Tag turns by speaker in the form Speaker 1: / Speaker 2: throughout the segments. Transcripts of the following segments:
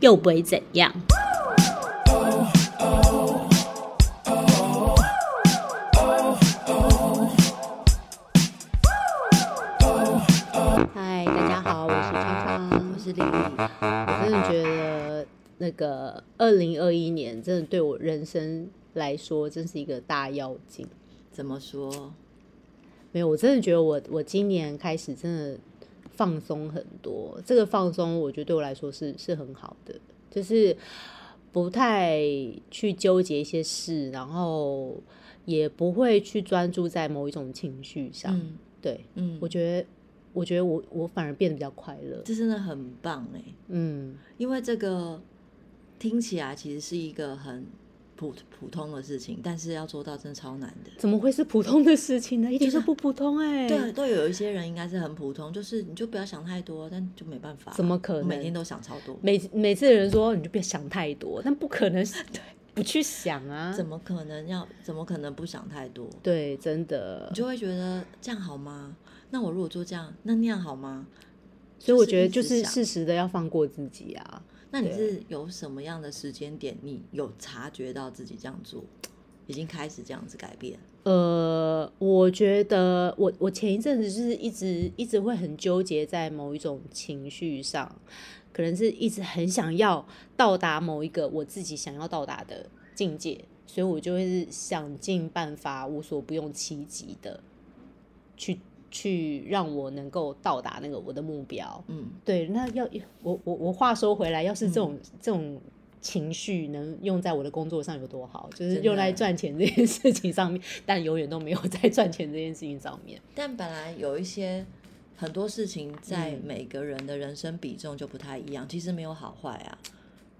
Speaker 1: 又不会怎样。
Speaker 2: 嗨，大家好，我是康康，我是李丽。我真的觉得那个二零二一年真的对我人生来说，真是一个大要紧。
Speaker 3: 怎么说？
Speaker 2: 没有，我真的觉得我我今年开始真的放松很多。这个放松，我觉得对我来说是是很好的，就是不太去纠结一些事，然后也不会去专注在某一种情绪上。
Speaker 3: 嗯
Speaker 2: 对，
Speaker 3: 嗯，
Speaker 2: 我觉得，我觉得我我反而变得比较快乐。
Speaker 3: 这真的很棒哎，
Speaker 2: 嗯，
Speaker 3: 因为这个听起来其实是一个很普普通的事情，但是要做到真的超难的。
Speaker 2: 怎么会是普通的事情呢？一点都不普通哎、
Speaker 3: 对，，啊对，有一些人应该是很普通，就是你就不要想太多，但就没办法。
Speaker 2: 怎么可能
Speaker 3: 我每天都想超多，
Speaker 2: 每每次有人说你就别想太多，但不可能对不去想啊。
Speaker 3: 怎么可能要？怎么可能不想太多？
Speaker 2: 对，真的
Speaker 3: 你。就会觉得这样好吗？那我如果做这样，那那样好吗？
Speaker 2: 所以我
Speaker 3: 就是
Speaker 2: 觉得
Speaker 3: 一
Speaker 2: 就
Speaker 3: 直
Speaker 2: 是
Speaker 3: 想
Speaker 2: 适时的要放过自己啊。
Speaker 3: 那你
Speaker 2: 对
Speaker 3: 是有什么样的时间点，你有察觉到自己这样做，已经开始这样子改变？
Speaker 2: 呃，我觉得我我前一阵子就是一直一直会很纠结在某一种情绪上，可能是一直很想要到达某一个我自己想要到达的境界，所以我就会是想尽办法，无所不用其极的去去让我能够到达那个我的目标。
Speaker 3: 嗯，
Speaker 2: 对，那要我我我话说回来，要是这种、
Speaker 3: 嗯
Speaker 2: 这种情绪能用在我的工作上有多好，就是
Speaker 3: 真
Speaker 2: 用来
Speaker 3: 的
Speaker 2: 赚钱这件事情上面，但永远都没有在赚钱这件事情上面。
Speaker 3: 但本来有一些很多事情在
Speaker 2: 嗯
Speaker 3: 每个人的人生比重就不太一样，其实没有好坏啊，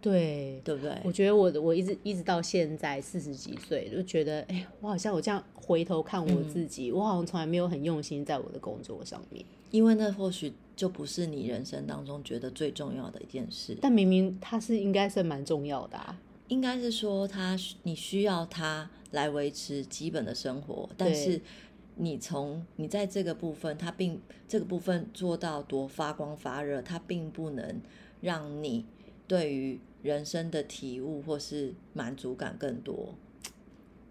Speaker 2: 对，
Speaker 3: 对不对？
Speaker 2: 我觉得我我一直一直到现在四十几岁，就觉得哎，我好像我这样回头看我
Speaker 3: 嗯
Speaker 2: 自己，我好像从来没有很用心在我的工作上面，
Speaker 3: 因为那或许就不是你人生当中觉得最重要的一件事，
Speaker 2: 但明明它是应该算蛮重要的啊。
Speaker 3: 应该是说它需你需要它来维持基本的生活，但
Speaker 2: 对
Speaker 3: 是你从你在这个部分，它并这个部分做到多发光发热，它并不能让你对于人生的体悟或是满足感更多。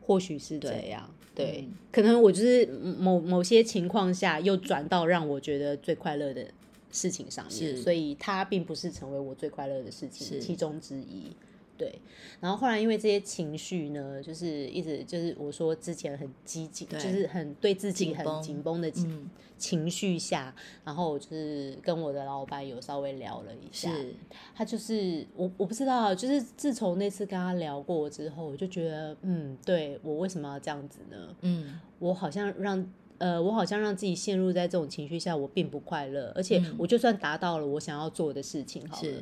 Speaker 2: 或许是这
Speaker 3: 对
Speaker 2: 样，对，
Speaker 3: 嗯
Speaker 2: 可能我就是嗯某某些情况下又转到让我觉得最快乐的事情上面，
Speaker 3: 是
Speaker 2: 所以它并不是成为我最快乐的事情
Speaker 3: 是
Speaker 2: 其中之一。对，然后后来因为这些情绪呢，就是一直就是我说之前很激进，就
Speaker 3: 对
Speaker 2: 是很对自己
Speaker 3: 紧
Speaker 2: 很
Speaker 3: 绷
Speaker 2: 紧绷的情
Speaker 3: 嗯，
Speaker 2: 情绪下，然后我就是跟我的老板有稍微聊了一下，
Speaker 3: 是
Speaker 2: 他就是我，我不知道，就是自从那次跟他聊过之后，我就觉得，嗯，对我为什么要这样子呢？
Speaker 3: 嗯，
Speaker 2: 我好像让呃，我好像让自己陷入在这种情绪下，我并不快乐，而且
Speaker 3: 嗯
Speaker 2: 我就算达到了我想要做的事情，好了
Speaker 3: 是，，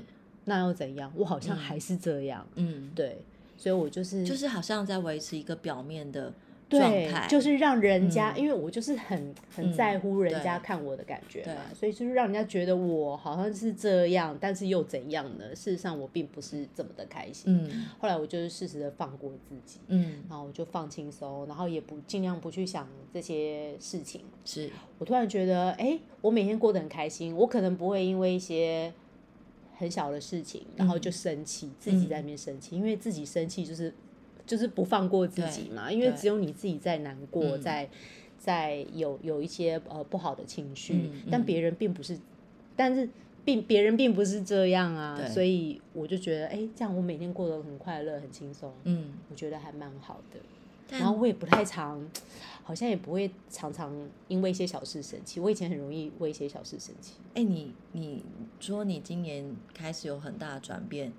Speaker 2: 那又怎样？我好像
Speaker 3: 嗯
Speaker 2: 还是这样，
Speaker 3: 嗯，
Speaker 2: 对，所以我就是
Speaker 3: 就是好像在维持一个表面的状
Speaker 2: 对
Speaker 3: 态，，
Speaker 2: 就是让人家，
Speaker 3: 嗯
Speaker 2: 因为我就是很很
Speaker 3: 嗯
Speaker 2: 在乎人家
Speaker 3: 对
Speaker 2: 看我的感觉嘛，
Speaker 3: 对
Speaker 2: 所以就是让人家觉得我好像是这样，但是又怎样呢？事实上我并不是这么的开心。
Speaker 3: 嗯
Speaker 2: 后来我就是适时的放过自己，
Speaker 3: 嗯，
Speaker 2: 然后我就放轻松，然后也不尽量不去想这些事情。
Speaker 3: 是
Speaker 2: 我突然觉得，哎，我每天过得很开心，我可能不会因为一些很小的事情，然
Speaker 3: 嗯
Speaker 2: 后就生气，自己在那边生气，因为自己生气就是就是不放过自己嘛，因为
Speaker 3: 对
Speaker 2: 只有你自己在难过，
Speaker 3: 嗯
Speaker 2: 在在有有一些呃不好的情绪，
Speaker 3: 嗯嗯
Speaker 2: 但别人并不是，但是。并别人并不是这样啊，
Speaker 3: 对
Speaker 2: 所以我就觉得，哎、这样我每天过得很快乐，很轻松，
Speaker 3: 嗯，
Speaker 2: 我觉得还蛮好的。
Speaker 3: 但
Speaker 2: 然后我也不太常，好像也不会常常因为一些小事生气。我以前很容易为一些小事生气，
Speaker 3: 哎、你你说你今年开始有很大的转变，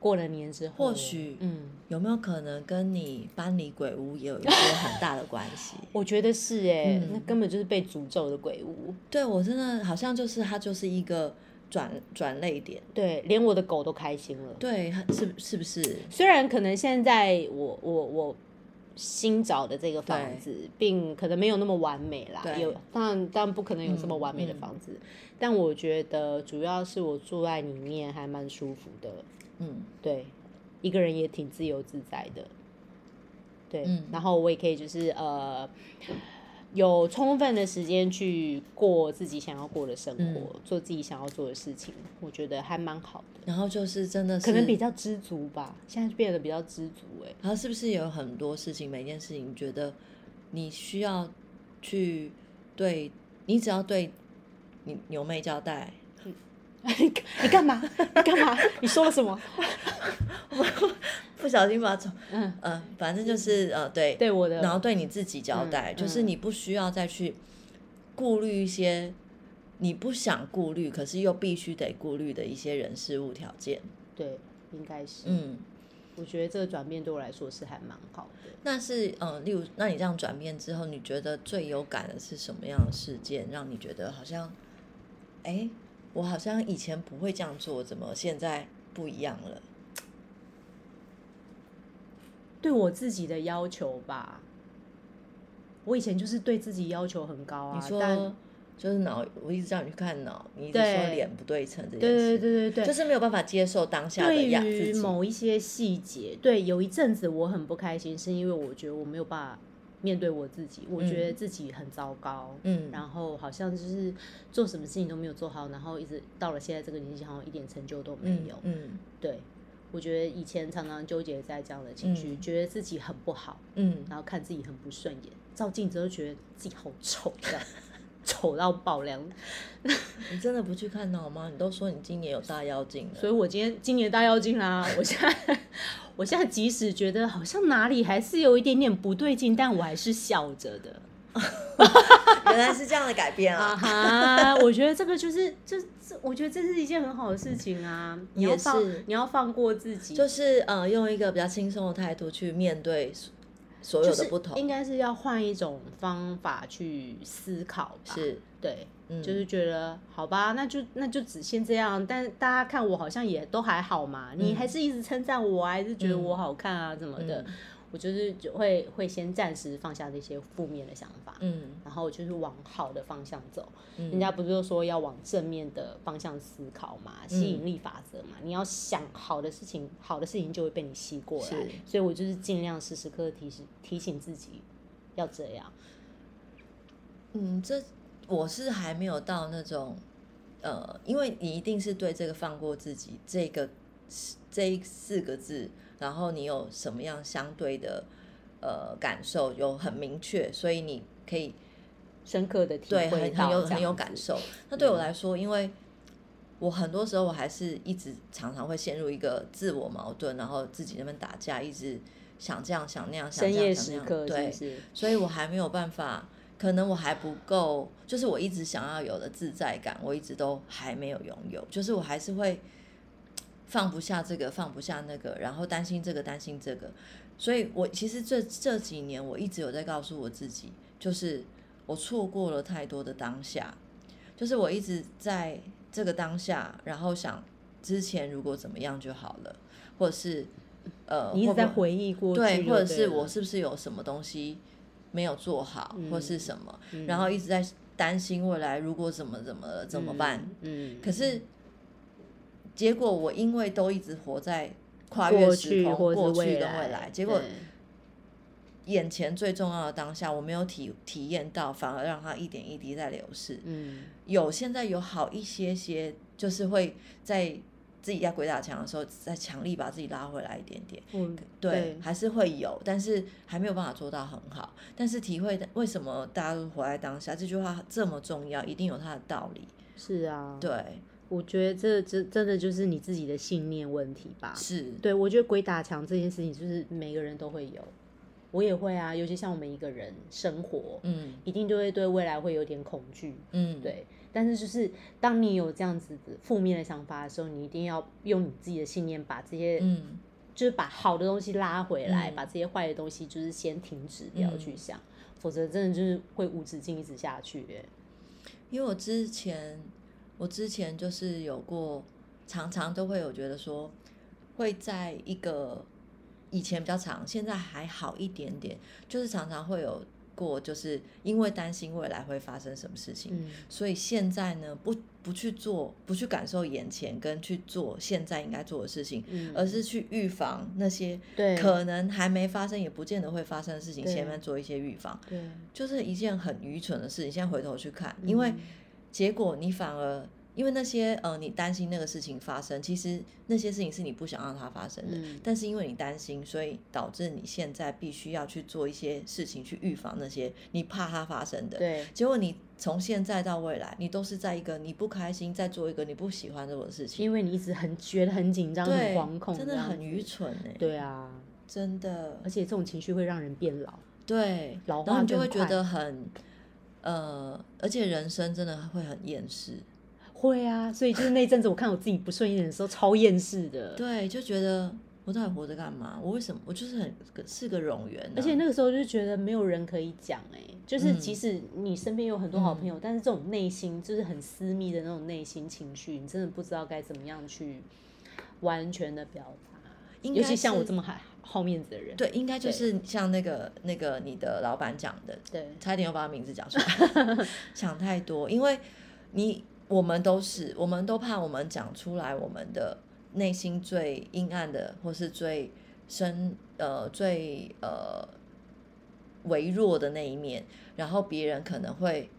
Speaker 2: 过了年之后，
Speaker 3: 或许
Speaker 2: 嗯，
Speaker 3: 有没有可能跟你搬离鬼屋也有一些很大的关系？
Speaker 2: 我觉得是哎、
Speaker 3: 嗯
Speaker 2: 那根本就是被诅咒的鬼屋。
Speaker 3: 对我真的好像就是它就是一个转转泪点，
Speaker 2: 对，连我的狗都开心了。
Speaker 3: 对，它是是不是？
Speaker 2: 虽然可能现在我我我新找的这个房
Speaker 3: 对
Speaker 2: 子，并可能没有那么完美啦，
Speaker 3: 对
Speaker 2: 有当然当然不可能有这么
Speaker 3: 嗯
Speaker 2: 完美的
Speaker 3: 嗯
Speaker 2: 房子，但我觉得主要是我住在里面还蛮舒服的。
Speaker 3: 嗯，
Speaker 2: 对，一个人也挺自由自在的。对，
Speaker 3: 嗯
Speaker 2: 然后我也可以就是呃有充分的时间去过自己想要过的生活，
Speaker 3: 嗯
Speaker 2: 做自己想要做的事情，我觉得还蛮好的。
Speaker 3: 然后就是真的是，
Speaker 2: 可能比较知足吧，现在就变得比较知足哎、
Speaker 3: 然后是不是有很多事情，每件事情觉得你需要去对，你只要对你牛妹交代，
Speaker 2: 你干你干嘛？你干嘛？ 你说了什么？
Speaker 3: 不小心把从
Speaker 2: 嗯，
Speaker 3: 呃，反正就是呃，对，
Speaker 2: 对我的，
Speaker 3: 然后对你自己交代，
Speaker 2: 嗯
Speaker 3: 就是
Speaker 2: 嗯
Speaker 3: 你不需要再去顾虑一些你不想顾虑，可是又必须得顾虑的一些人事物条件。
Speaker 2: 对，应该是，
Speaker 3: 嗯，
Speaker 2: 我觉得这个转变对我来说是还蛮好的。
Speaker 3: 那是嗯、呃例如，那你这样转变之后，你觉得最有感的是什么样的事件，让你觉得好像，哎、我好像以前不会这样做，怎么现在不一样了？
Speaker 2: 对我自己的要求吧，我以前就是对自己要求很高啊，
Speaker 3: 你说
Speaker 2: 但
Speaker 3: 就是脑，我一直叫你去看脑，你一直说
Speaker 2: 对
Speaker 3: 脸不对称这件
Speaker 2: 对对对
Speaker 3: 事，
Speaker 2: 对对，
Speaker 3: 就是没有办法接受当下的
Speaker 2: 对
Speaker 3: 样
Speaker 2: 于
Speaker 3: 自己。
Speaker 2: 某一些细节，对，有一阵子我很不开心，是因为我觉得我没有办法面对我自己，我觉得
Speaker 3: 嗯
Speaker 2: 自己很糟糕，
Speaker 3: 嗯
Speaker 2: 然后好像就是做什么事情都没有做好，然后一直到了现在这个年纪，好像一点成就都没
Speaker 3: 嗯
Speaker 2: 有。
Speaker 3: 嗯
Speaker 2: 对，我觉得以前常常纠结在这样的情绪，
Speaker 3: 嗯
Speaker 2: 觉得自己很不好，
Speaker 3: 嗯，
Speaker 2: 然后看自己很不顺眼，照镜子都觉得自己好丑，这样丑到爆量。
Speaker 3: 你真的不去看脑吗？你都说你今年有大妖精了，
Speaker 2: 所以我今天今年大妖精啦，我现在我现在即使觉得好像哪里还是有一点点不对劲，但我还是笑着的。
Speaker 3: 原来是这样的改变
Speaker 2: 啊哈，
Speaker 3: 啊！
Speaker 2: 我觉得这个就是，就是这，我觉得这是一件很好的事情啊。你要
Speaker 3: 也
Speaker 2: 放
Speaker 3: 是，
Speaker 2: 你要放过自己，
Speaker 3: 就是呃，用一个比较轻松的态度去面对所所有
Speaker 2: 就
Speaker 3: 的
Speaker 2: 是
Speaker 3: 不同，
Speaker 2: 应该是要换一种方法去思考吧。
Speaker 3: 是，
Speaker 2: 对，
Speaker 3: 嗯，
Speaker 2: 就是觉得好吧，那就那就只先这样。但大家看我好像也都还好嘛，你
Speaker 3: 嗯
Speaker 2: 还是一直称赞我啊，还是觉得
Speaker 3: 嗯
Speaker 2: 我好看啊，怎么的？
Speaker 3: 嗯
Speaker 2: 我就是就会会先暂时放下这些负面的想法，
Speaker 3: 嗯，
Speaker 2: 然后就是往好的方向走。
Speaker 3: 嗯
Speaker 2: 人家不是都说要往正面的方向思考嘛，吸
Speaker 3: 嗯
Speaker 2: 引力法则嘛，你要想好的事情，好的事情就会被你吸过来
Speaker 3: 是。
Speaker 2: 所以我就是尽量时时刻刻提醒提醒自己要这样。
Speaker 3: 嗯，这我是还没有到那种，呃，因为你一定是对这个放过自己这个这一四个字，然后你有什么样相对的呃感受，有很明确，所以你可以
Speaker 2: 深刻的体
Speaker 3: 对，
Speaker 2: 会
Speaker 3: 很很有
Speaker 2: 到这
Speaker 3: 很有
Speaker 2: 样
Speaker 3: 感
Speaker 2: 子
Speaker 3: 受。那对
Speaker 2: 嗯
Speaker 3: 我来说，因为我很多时候我还是一直常常会陷入一个自我矛盾，然后自己那边打架，一直想这样想那样，想
Speaker 2: 深
Speaker 3: 这样
Speaker 2: 夜
Speaker 3: 想那
Speaker 2: 时
Speaker 3: 样，
Speaker 2: 刻是
Speaker 3: 对
Speaker 2: 不，是？
Speaker 3: 所以我还没有办法，可能我还不够，就是我一直想要有的自在感，我一直都还没有拥有，就是我还是会放不下这个，放不下那个，然后担心这个，担心这个，所以我其实这这几年我一直有在告诉我自己，就是我错过了太多的当下，就是我一直在这个当下，然后想之前如果怎么样就好了，或者是。呃，
Speaker 2: 你一直
Speaker 3: 会不
Speaker 2: 在
Speaker 3: 会
Speaker 2: 回忆过去就
Speaker 3: 对，
Speaker 2: 对，
Speaker 3: 或者是我是不是有什么东西没有做好，或
Speaker 2: 嗯
Speaker 3: 是什么，
Speaker 2: 嗯，
Speaker 3: 然后一直在担心未来如果怎么怎么了怎么办？
Speaker 2: 嗯？嗯，
Speaker 3: 可是结果我因为都一直活在跨越
Speaker 2: 过
Speaker 3: 时
Speaker 2: 去
Speaker 3: 空、
Speaker 2: 或
Speaker 3: 过
Speaker 2: 是
Speaker 3: 去跟
Speaker 2: 来，
Speaker 3: 未来，结果
Speaker 2: 对
Speaker 3: 眼前最重要的当下我没有体体验到，反而让它一点一滴在流逝。
Speaker 2: 嗯，
Speaker 3: 有现在有好一些些，就是会在自己在鬼打墙的时候，再强力把自己拉回来一点点。
Speaker 2: 我
Speaker 3: 对，还是会有，但是还没有办法做到很好。但是体会为什么大家都活在当下这句话这么重要，一定有它的道理。
Speaker 2: 是啊，，
Speaker 3: 对，
Speaker 2: 我觉得这这真的就是你自己的信念问题吧。
Speaker 3: 是，
Speaker 2: 对，我觉得鬼打墙这件事情就是每个人都会有，我也会啊，尤其像我们一个人生活，
Speaker 3: 嗯
Speaker 2: 一定就会对未来会有点恐惧，
Speaker 3: 嗯，，
Speaker 2: 对。但是就是当你有这样子的负面的想法的时候，你一定要用你自己的信念把这些
Speaker 3: 嗯
Speaker 2: 就是把好的东西拉回来，
Speaker 3: 嗯
Speaker 2: 把这些坏的东西就是先停止，不要去
Speaker 3: 嗯
Speaker 2: 想，否则真的就是会无止境一直下去、欸。
Speaker 3: 因为我之前我之前就是有过，常常都会有觉得说会在一个以前比较长，现在还好一点点，就是常常会有过，就是因为担心未来会发生什么事情，
Speaker 2: 嗯
Speaker 3: 所以现在呢，不不去做，不去感受眼前，跟去做现在应该做的事情，
Speaker 2: 嗯
Speaker 3: 而是去预防那些
Speaker 2: 对
Speaker 3: 可能还没发生，也不见得会发生的事情，
Speaker 2: 对
Speaker 3: 前面做一些预防，
Speaker 2: 对，
Speaker 3: 就是一件很愚蠢的事情。现在回头去看，因为
Speaker 2: 嗯
Speaker 3: 结果你反而。因为那些呃，你担心那个事情发生，其实那些事情是你不想让它发生的，
Speaker 2: 嗯
Speaker 3: 但是因为你担心，所以导致你现在必须要去做一些事情去预防那些你怕它发生的。
Speaker 2: 对
Speaker 3: 结果你从现在到未来，你都是在一个你不开心，在做一个你不喜欢做的事情，
Speaker 2: 因为你一直很觉得很紧张、很
Speaker 3: 对
Speaker 2: 惶恐，
Speaker 3: 真的很愚。蠢哎、
Speaker 2: 对，啊，
Speaker 3: 真的，
Speaker 2: 而且这种情绪会让人变老。
Speaker 3: 对，
Speaker 2: 老
Speaker 3: 然
Speaker 2: 化
Speaker 3: 后你就
Speaker 2: 更
Speaker 3: 会觉
Speaker 2: 快
Speaker 3: 得很，呃，而且人生真的会很厌世，
Speaker 2: 会啊，所以就是那一阵子我看我自己不顺眼的时候，超厌世的。，
Speaker 3: 对，就觉得我到底活着干嘛？我为什么我就是很是个冗员、啊，
Speaker 2: 而且那个时候就觉得没有人可以讲，哎，就是
Speaker 3: 嗯
Speaker 2: 即使你身边有很多好朋友，但是这种内心就是很私密的那种内心情绪，你真的不知道该怎么样去完全的表达。
Speaker 3: 应
Speaker 2: 尤
Speaker 3: 该
Speaker 2: 其像我
Speaker 3: 是
Speaker 2: 这么好好面子的人，
Speaker 3: 对，应该就
Speaker 2: 对
Speaker 3: 是像那个那个你的老板讲的，
Speaker 2: 对
Speaker 3: 差点又把他名字讲出来， 想太多，因为你我们都是，我们都怕我们讲出来我们的内心最阴暗的，或是最深呃最呃微弱的那一面，然后别人可能会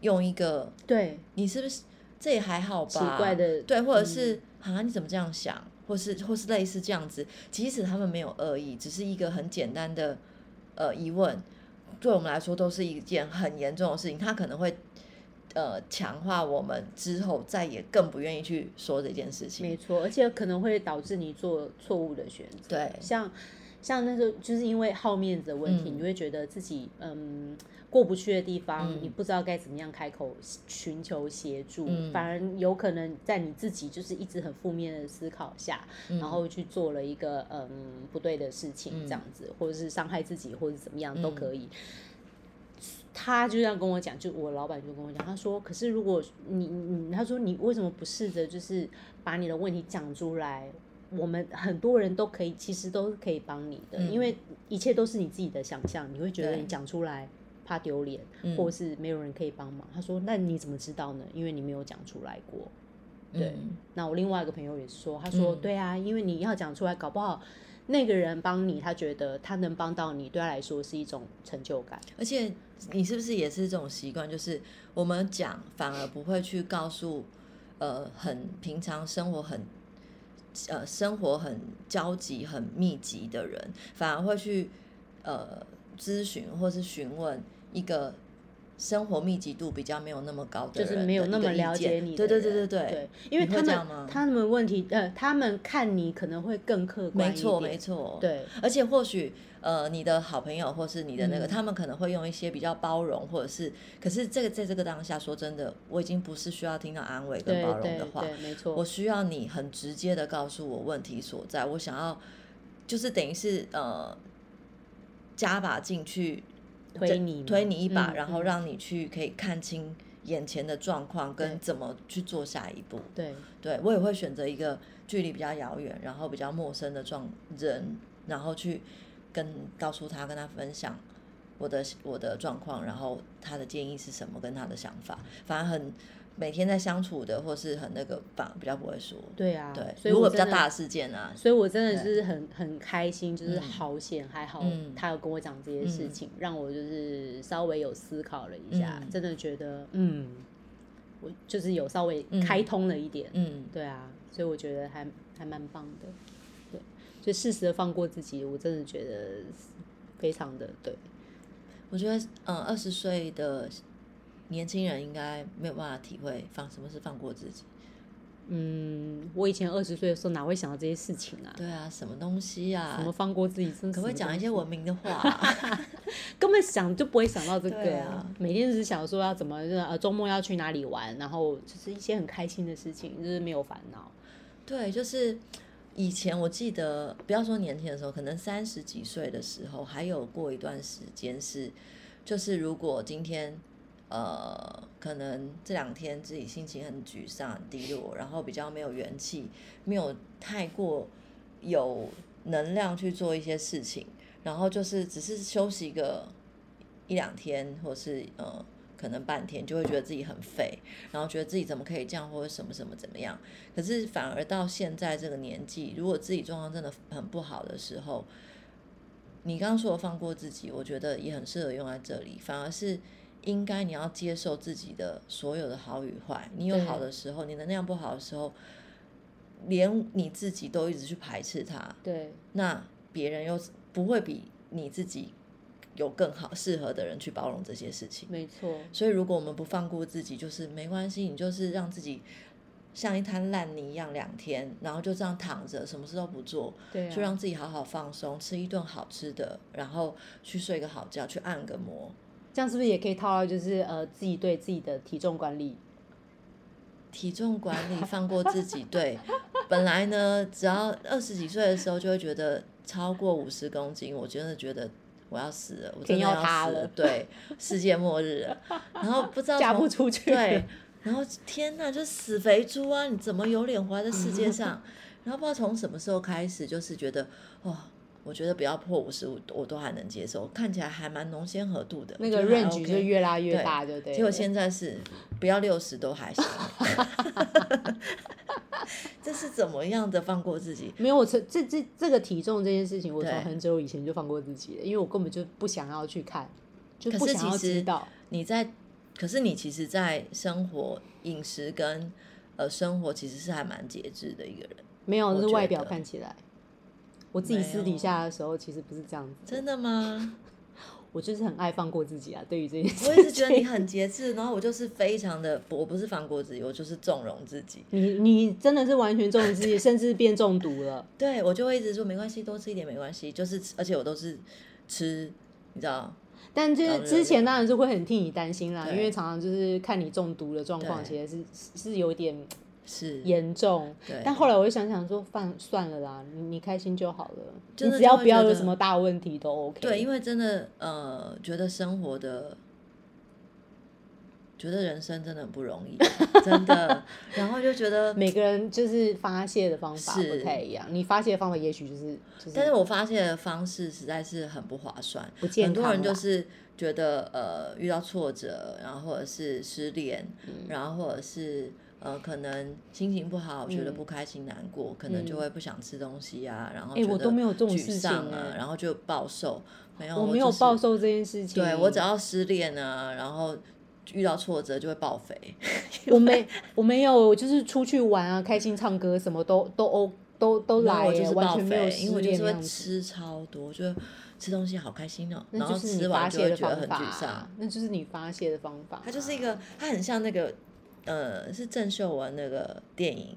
Speaker 3: 用一个
Speaker 2: 对
Speaker 3: 你是不是这也还好吧？
Speaker 2: 奇怪的
Speaker 3: 对，或者
Speaker 2: 嗯
Speaker 3: 是啊、你怎么这样想，或是或是类似这样子，即使他们没有恶意，只是一个很简单的呃疑问，对我们来说都是一件很严重的事情，他可能会。呃，强化我们之后再也更不愿意去说这件事情。
Speaker 2: 没错，而且可能会导致你做错误的选择。
Speaker 3: 对
Speaker 2: 像像那时候就是因为好面子的问题，
Speaker 3: 嗯
Speaker 2: 你会觉得自己嗯过不去的地方，
Speaker 3: 嗯
Speaker 2: 你不知道该怎么样开口寻求协助，
Speaker 3: 嗯
Speaker 2: 反而有可能在你自己就是一直很负面的思考下，
Speaker 3: 嗯
Speaker 2: 然后去做了一个嗯不对的事情，
Speaker 3: 嗯
Speaker 2: 这样子，或者是伤害自己，或者怎么样都
Speaker 3: 嗯
Speaker 2: 可以。他就这样跟我讲，就我老板就跟我讲，他说：“可是如果你你，他说你为什么不试着就是把你的问题讲出来？我们很多人都可以，其实都是可以帮你的，
Speaker 3: 嗯
Speaker 2: 因为一切都是你自己的想象，你会觉得
Speaker 3: 对
Speaker 2: 你讲出来怕丢脸，
Speaker 3: 嗯
Speaker 2: 或是没有人可以帮忙。”他说：“那你怎么知道呢？因为你没有讲出来过。”对
Speaker 3: 嗯
Speaker 2: 那我另外一个朋友也说，他说：“
Speaker 3: 嗯
Speaker 2: 对啊，因为你要讲出来，搞不好那个人帮你，他觉得他能帮到你，对他来说是一种成就感。
Speaker 3: 而且你是不是也是这种习惯？就是我们讲，反而不会去告诉，呃，很平常生活很，呃，生活很焦急、很密集的人，反而会去呃咨询或是询问一个生活密集度比较没有那么高的
Speaker 2: 就
Speaker 3: 人
Speaker 2: 是没有
Speaker 3: 的一
Speaker 2: 那
Speaker 3: 个
Speaker 2: 么
Speaker 3: 意
Speaker 2: 了解
Speaker 3: 见
Speaker 2: 你的
Speaker 3: 对对
Speaker 2: 人。
Speaker 3: 对对对，
Speaker 2: 对，因为
Speaker 3: 你会
Speaker 2: 他
Speaker 3: 这
Speaker 2: 们
Speaker 3: 样吗
Speaker 2: 他们问题呃，他们看你可能会更客观
Speaker 3: 没错
Speaker 2: 一点
Speaker 3: 没，错，。
Speaker 2: 对
Speaker 3: 而且或许呃，你的好朋友或是你的那个，
Speaker 2: 嗯
Speaker 3: 他们可能会用一些比较包容，或者是，可是这个在这个当下，说真的，我已经不是需要听到安慰跟
Speaker 2: 对
Speaker 3: 包容
Speaker 2: 对
Speaker 3: 的话，
Speaker 2: 对，没错，
Speaker 3: 我需要你很直接的告诉我问题所在，我想要就是等于是呃加把劲去
Speaker 2: 推你
Speaker 3: 推
Speaker 2: 嘛
Speaker 3: 你一把，
Speaker 2: 嗯
Speaker 3: 然后
Speaker 2: 嗯
Speaker 3: 让你去可以看清眼前的状况
Speaker 2: 对
Speaker 3: 跟怎么去做下一步。
Speaker 2: 对
Speaker 3: 对我也会选择一个距离比较遥远，然后比较陌生的状人，然后去跟告诉他，跟他分享我的我的状况，然后他的建议是什么，跟他的想法，反而很每天在相处的，或是很那个，反而比较不会说。
Speaker 2: 对啊，
Speaker 3: 对，
Speaker 2: 所以
Speaker 3: 如
Speaker 2: 我
Speaker 3: 果比较
Speaker 2: 真的
Speaker 3: 大的事件啊，
Speaker 2: 所以我真的
Speaker 3: 对
Speaker 2: 是很很开心，就是
Speaker 3: 嗯
Speaker 2: 好险，还好
Speaker 3: 嗯
Speaker 2: 他有跟我讲这些事
Speaker 3: 嗯
Speaker 2: 情，让我就是稍微有思考了一下，
Speaker 3: 嗯
Speaker 2: 真的觉得嗯，我就是有稍微
Speaker 3: 嗯
Speaker 2: 开通了一点，
Speaker 3: 嗯，
Speaker 2: 对啊，所以我觉得还还蛮棒的，对，就适时的放过自己，我真的觉得非常的对，
Speaker 3: 我觉得嗯，二十岁的年轻人应该没有办法体会放什么是放过自己。
Speaker 2: 嗯，我以前二十岁的时候哪会想到这些事情啊？
Speaker 3: 对啊，什么东西啊？
Speaker 2: 什么放过自己，真的
Speaker 3: 可不
Speaker 2: 什
Speaker 3: 可以
Speaker 2: 么
Speaker 3: 讲
Speaker 2: 东
Speaker 3: 一些
Speaker 2: 西
Speaker 3: 文明的话、啊？
Speaker 2: 根本想就不会想到这
Speaker 3: 对
Speaker 2: 个
Speaker 3: 啊
Speaker 2: 每天只是想说要怎么，呃，周末要去哪里玩，然后就是一些很开心的事情，就是没有烦恼。
Speaker 3: 对，就是以前我记得，不要说年轻的时候，可能三十几岁的时候，还有过一段时间是，就是如果今天呃，可能这两天自己心情很沮丧、很低落，然后比较没有元气，没有太过有能量去做一些事情，然后就是只是休息个一两天，或是呃，可能半天，就会觉得自己很废，然后觉得自己怎么可以这样，或者什么什么怎么样。可是反而到现在这个年纪，如果自己状况真的很不好的时候，你刚刚说的放过自己，我觉得也很适合用在这里。反而是应该你要接受自己的所有的好与坏，你有
Speaker 2: 对
Speaker 3: 好的时候，你能量不好的时候，连你自己都一直去排斥它，
Speaker 2: 对，
Speaker 3: 那别人又不会比你自己有更好适合的人去包容这些事情。
Speaker 2: 没错，
Speaker 3: 所以，如果我们不放过自己，就是没关系，你就是让自己像一滩烂泥一样两天，然后就这样躺着，什么事都不做，
Speaker 2: 对啊，
Speaker 3: 就让自己好好放松，吃一顿好吃的，然后去睡个好觉，去按个摩。
Speaker 2: 这样是不是也可以套到就是呃自己对自己的体重管理？
Speaker 3: 体重管理，放过自己。对，本来呢，只要二十几岁的时候，就会觉得超过五十公斤，我真的觉得我要死了，我真
Speaker 2: 天
Speaker 3: 的
Speaker 2: 要
Speaker 3: 要
Speaker 2: 塌
Speaker 3: 死
Speaker 2: 了
Speaker 3: 对，世界末日了。然后不知道
Speaker 2: 嫁
Speaker 3: 从
Speaker 2: 不出去
Speaker 3: 对，然后天哪，就死肥猪啊！你怎么有脸活在 世界上？然后不知道从什么时候开始，就是觉得哦。我觉得不要破五十五，我都还能接受，看起来还蛮浓鲜合度的。
Speaker 2: 那
Speaker 3: 我
Speaker 2: 个
Speaker 3: 觉得还
Speaker 2: range 就
Speaker 3: 啊 OK
Speaker 2: 越拉越
Speaker 3: 对
Speaker 2: 大，对不对了？
Speaker 3: 结果现在是不要六十都还行， 这是怎么样的放过自己？
Speaker 2: 没有，我从这这这个体重这件事情，我从
Speaker 3: 对
Speaker 2: 很久以前就放过自己了，因为我根本就不想要去看，就
Speaker 3: 可
Speaker 2: 不
Speaker 3: 是
Speaker 2: 想
Speaker 3: 其
Speaker 2: 要知
Speaker 3: 实
Speaker 2: 道。
Speaker 3: 你在，可是你其实，在生活、饮食跟呃生活，其实是还蛮节制的一个人，
Speaker 2: 没有，
Speaker 3: 我
Speaker 2: 就是
Speaker 3: 觉
Speaker 2: 外表
Speaker 3: 得
Speaker 2: 看起来。我自己
Speaker 3: 没
Speaker 2: 私底
Speaker 3: 有
Speaker 2: 下的时候，其实不是这样子。
Speaker 3: 真的吗？
Speaker 2: 我就是很爱放过自己啊。对于这件事情，
Speaker 3: 我一直觉得你很节制，然后我就是非常的，我不是放过自己，我就是纵容自己。
Speaker 2: 你你真的是完全中毒自己，甚至变中毒了。
Speaker 3: 对我就会一直说没关系，多吃一点没关系，就是而且我都是吃，你知道，
Speaker 2: 但就
Speaker 3: 高
Speaker 2: 是
Speaker 3: 热
Speaker 2: 之前
Speaker 3: 量
Speaker 2: 当然是会很替你担心啦，因
Speaker 3: 对
Speaker 2: 为常常就是看你中毒的状况，其
Speaker 3: 对
Speaker 2: 实是是是有点
Speaker 3: 是
Speaker 2: 严重。
Speaker 3: 对
Speaker 2: 但后来我就想想说，放算了啦，你你开心就好了，你
Speaker 3: 真的
Speaker 2: 只
Speaker 3: 就
Speaker 2: 要
Speaker 3: 会
Speaker 2: 不要
Speaker 3: 觉
Speaker 2: 有
Speaker 3: 得
Speaker 2: 什么大问题都 OK。
Speaker 3: 对，因为真的呃，觉得生活的，觉得人生真的很不容易，真的。然后就觉得，
Speaker 2: 每个人就是发泄的方法不
Speaker 3: 是
Speaker 2: 太一样，你发泄的方法也许就是就是，
Speaker 3: 但是我发现的方式实在是很不划算，
Speaker 2: 不健
Speaker 3: 很多人
Speaker 2: 康啦
Speaker 3: 就是觉得呃，遇到挫折，然后或者是失恋，
Speaker 2: 嗯
Speaker 3: 然后或者是。呃，可能心情不好，觉得
Speaker 2: 嗯
Speaker 3: 不开心、难过，可能就
Speaker 2: 嗯
Speaker 3: 会不想吃东西啊，然后
Speaker 2: 诶
Speaker 3: 觉
Speaker 2: 我
Speaker 3: 得
Speaker 2: 都没有这种
Speaker 3: 沮
Speaker 2: 事情
Speaker 3: 丧
Speaker 2: 欸
Speaker 3: 啊，然后就暴瘦。没有，
Speaker 2: 我
Speaker 3: 我
Speaker 2: 没
Speaker 3: 就
Speaker 2: 有
Speaker 3: 是
Speaker 2: 暴瘦这件事情。
Speaker 3: 对我只要失恋啊，然后遇到挫折就会爆肥。
Speaker 2: 我没我没有，我就是出去玩啊，开心唱歌什么都都 O 都都
Speaker 3: 然后
Speaker 2: 来
Speaker 3: 我
Speaker 2: 耶、
Speaker 3: 就是
Speaker 2: 欸完
Speaker 3: 爆
Speaker 2: 全没有
Speaker 3: 肥，因
Speaker 2: 失
Speaker 3: 为我就
Speaker 2: 恋
Speaker 3: 是
Speaker 2: 那
Speaker 3: 会
Speaker 2: 样子。
Speaker 3: 吃超多，就吃东西好开心哦，
Speaker 2: 那
Speaker 3: 然
Speaker 2: 就
Speaker 3: 后
Speaker 2: 是你
Speaker 3: 吃
Speaker 2: 发
Speaker 3: 完就
Speaker 2: 泄
Speaker 3: 会
Speaker 2: 的
Speaker 3: 觉
Speaker 2: 方
Speaker 3: 得很
Speaker 2: 法
Speaker 3: 沮
Speaker 2: 啊
Speaker 3: 丧。，
Speaker 2: 那就是你发泄的方法。
Speaker 3: 它就是一个，，它很像那个呃，是郑秀文那个电影，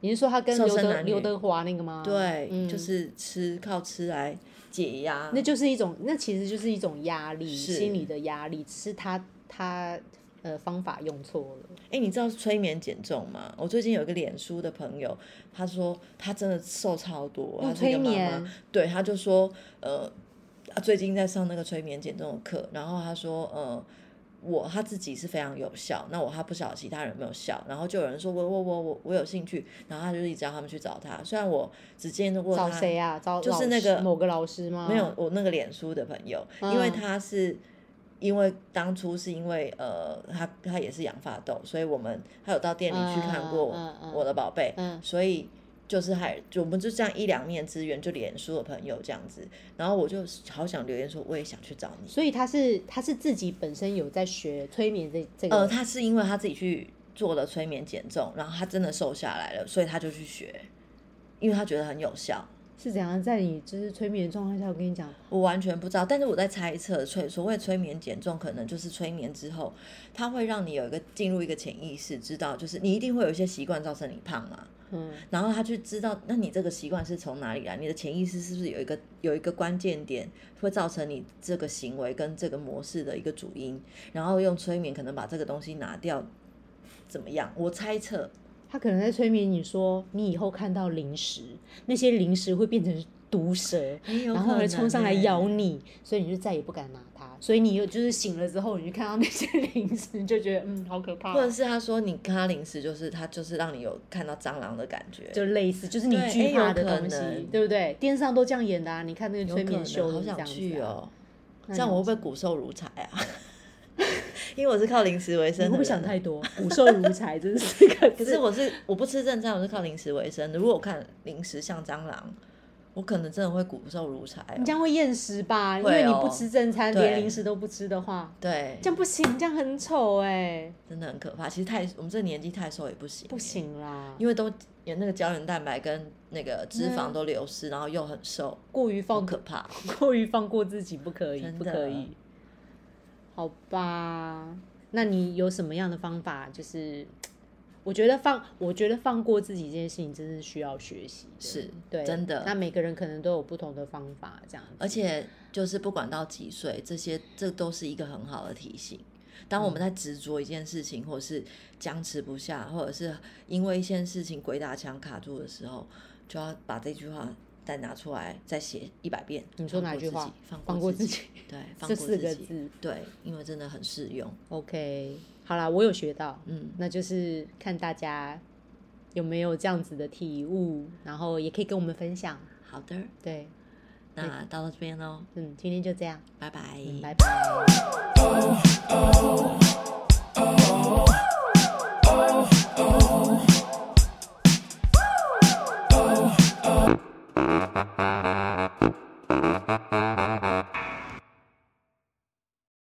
Speaker 2: 你是说他跟
Speaker 3: 瘦
Speaker 2: 刘
Speaker 3: 身
Speaker 2: 德
Speaker 3: 男
Speaker 2: 刘
Speaker 3: 女
Speaker 2: 德华那个吗？
Speaker 3: 对，
Speaker 2: 嗯
Speaker 3: 就是吃靠吃来解压。
Speaker 2: 那就是一种，那其实就是一种压力，
Speaker 3: 是
Speaker 2: 心理的压力，只是他他呃方法用错了。
Speaker 3: 哎，你知道催眠减重吗？我最近有一个脸书的朋友，他说他真的瘦超多，
Speaker 2: 用
Speaker 3: 他是一
Speaker 2: 催
Speaker 3: 个妈
Speaker 2: 眠
Speaker 3: 妈，对，他就说呃，啊最近在上那个催眠减重的课，然后他说呃。我他自己是非常有效，那我他不晓得其他人有没有效，然后就有人说我我我我我有兴趣，然后他就一直叫他们去找他。虽然我只见过
Speaker 2: 找
Speaker 3: 他，
Speaker 2: 谁啊？找
Speaker 3: 就是
Speaker 2: 老师
Speaker 3: 那个
Speaker 2: 某个老师吗？
Speaker 3: 没有，我那个脸书的朋友，因为
Speaker 2: 嗯
Speaker 3: 他是因为当初是因为呃，他他也是养发豆，所以我们他有到店里去看过
Speaker 2: 嗯嗯嗯
Speaker 3: 我的宝贝，
Speaker 2: 嗯
Speaker 3: 所以。就是还，就我们就这样一两面之缘，就脸书的朋友这样子，然后我就好想留言说，我也想去找你。
Speaker 2: 所以他是他是自己本身有在学催眠这这个，
Speaker 3: 呃，他是因为他自己去做了催眠减重，然后他真的瘦下来了，所以他就去学，因为他觉得很有效。
Speaker 2: 是怎样在你就是催眠的状态下，我跟你讲，
Speaker 3: 我完全不知道，但是我在猜测，催所谓催眠减重，可能就是催眠之后，它会让你有一个进入一个潜意识，知道就是你一定会有一些习惯造成你胖嘛，
Speaker 2: 嗯，
Speaker 3: 然后他去知道，那你这个习惯是从哪里来？你的潜意识是不是有一个有一个关键点，会造成你这个行为跟这个模式的一个主因？然后用催眠可能把这个东西拿掉，怎么样？我猜测，
Speaker 2: 他可能在催眠你说，你以后看到零食，那些零食会变成毒蛇，
Speaker 3: 哎有
Speaker 2: 然后
Speaker 3: 可
Speaker 2: 呢
Speaker 3: 能
Speaker 2: 冲上来
Speaker 3: 欸
Speaker 2: 咬你，所以你就再也不敢拿它。所以你又就是醒了之后，你就看到那些零食， 你就觉得嗯，好可怕
Speaker 3: 或者
Speaker 2: 哦，
Speaker 3: 是他说你看他零食，就是他就是让你有看到蟑螂的感觉，
Speaker 2: 就类似就是你
Speaker 3: 对哎
Speaker 2: 惧
Speaker 3: 有
Speaker 2: 怕的
Speaker 3: 可
Speaker 2: 东西
Speaker 3: 能，
Speaker 2: 对不对？电视上都这样演的啊，你看那个
Speaker 3: 有
Speaker 2: 催
Speaker 3: 可
Speaker 2: 眠
Speaker 3: 能
Speaker 2: 秀
Speaker 3: 好
Speaker 2: 都是这
Speaker 3: 想
Speaker 2: 样子
Speaker 3: 去
Speaker 2: 啊
Speaker 3: 哦。
Speaker 2: 那
Speaker 3: 这样
Speaker 2: 你
Speaker 3: 我会不会骨瘦如柴啊？ 因为我是靠零食
Speaker 2: 你
Speaker 3: 为
Speaker 2: 会
Speaker 3: 生
Speaker 2: 不
Speaker 3: 的
Speaker 2: 会想
Speaker 3: 人。啊
Speaker 2: 太多？骨瘦如柴，真是一个字
Speaker 3: 可是我是我不吃正餐，我是靠零食为生的。如果我看零食像蟑螂，我可能真的会骨瘦如柴、
Speaker 2: 你这
Speaker 3: 哦。
Speaker 2: 样会厌食吧？因
Speaker 3: 会
Speaker 2: 为你不
Speaker 3: 哦
Speaker 2: 吃正餐，
Speaker 3: 对
Speaker 2: 连零食都不吃的话，
Speaker 3: 对
Speaker 2: 这，样不行，这样很丑哎、
Speaker 3: 真的很可怕。其实太我们这年纪太瘦也不行，欸
Speaker 2: 不，行 啦，
Speaker 3: 因为都有那个胶原蛋白跟那个脂肪
Speaker 2: 嗯
Speaker 3: 都流失，然后又很瘦，
Speaker 2: 过于
Speaker 3: 好
Speaker 2: 放
Speaker 3: 可怕。
Speaker 2: 过于放过自己不可以，
Speaker 3: 真
Speaker 2: 不
Speaker 3: 的
Speaker 2: 可以，好吧？那你有什么样的方法？就是我觉得放，我觉得放过自己这件事情，真是需要学习的，
Speaker 3: 是
Speaker 2: 对，
Speaker 3: 真的
Speaker 2: 那每个人可能都有不同的方法，这样子，
Speaker 3: 而且就是不管到几岁，这些这都是一个很好的提醒。当
Speaker 2: 嗯
Speaker 3: 我们在执着一件事情，或者是僵持不下，或者是因为一件事情鬼打墙卡住的时候，就要把这句话再拿出来，再写一百遍。
Speaker 2: 你说
Speaker 3: 放
Speaker 2: 哪
Speaker 3: 过
Speaker 2: 句
Speaker 3: 自
Speaker 2: 话
Speaker 3: 己放
Speaker 2: 放
Speaker 3: 过
Speaker 2: 过自
Speaker 3: 自
Speaker 2: 己，
Speaker 3: 对， 放
Speaker 2: 这
Speaker 3: 过
Speaker 2: 四
Speaker 3: 自
Speaker 2: 个
Speaker 3: 己。
Speaker 2: 字
Speaker 3: 对，因为真的很适用。
Speaker 2: ，OK，好啦，我有学到，
Speaker 3: 嗯，
Speaker 2: 那就是看大家有没有这样子的体悟，然后也可以跟我们分享。
Speaker 3: 好的，
Speaker 2: 对，
Speaker 3: 那到这边喽，
Speaker 2: 嗯，今天就这样，
Speaker 3: 拜拜，
Speaker 2: 嗯，拜拜。
Speaker 1: Ha ha ha ha.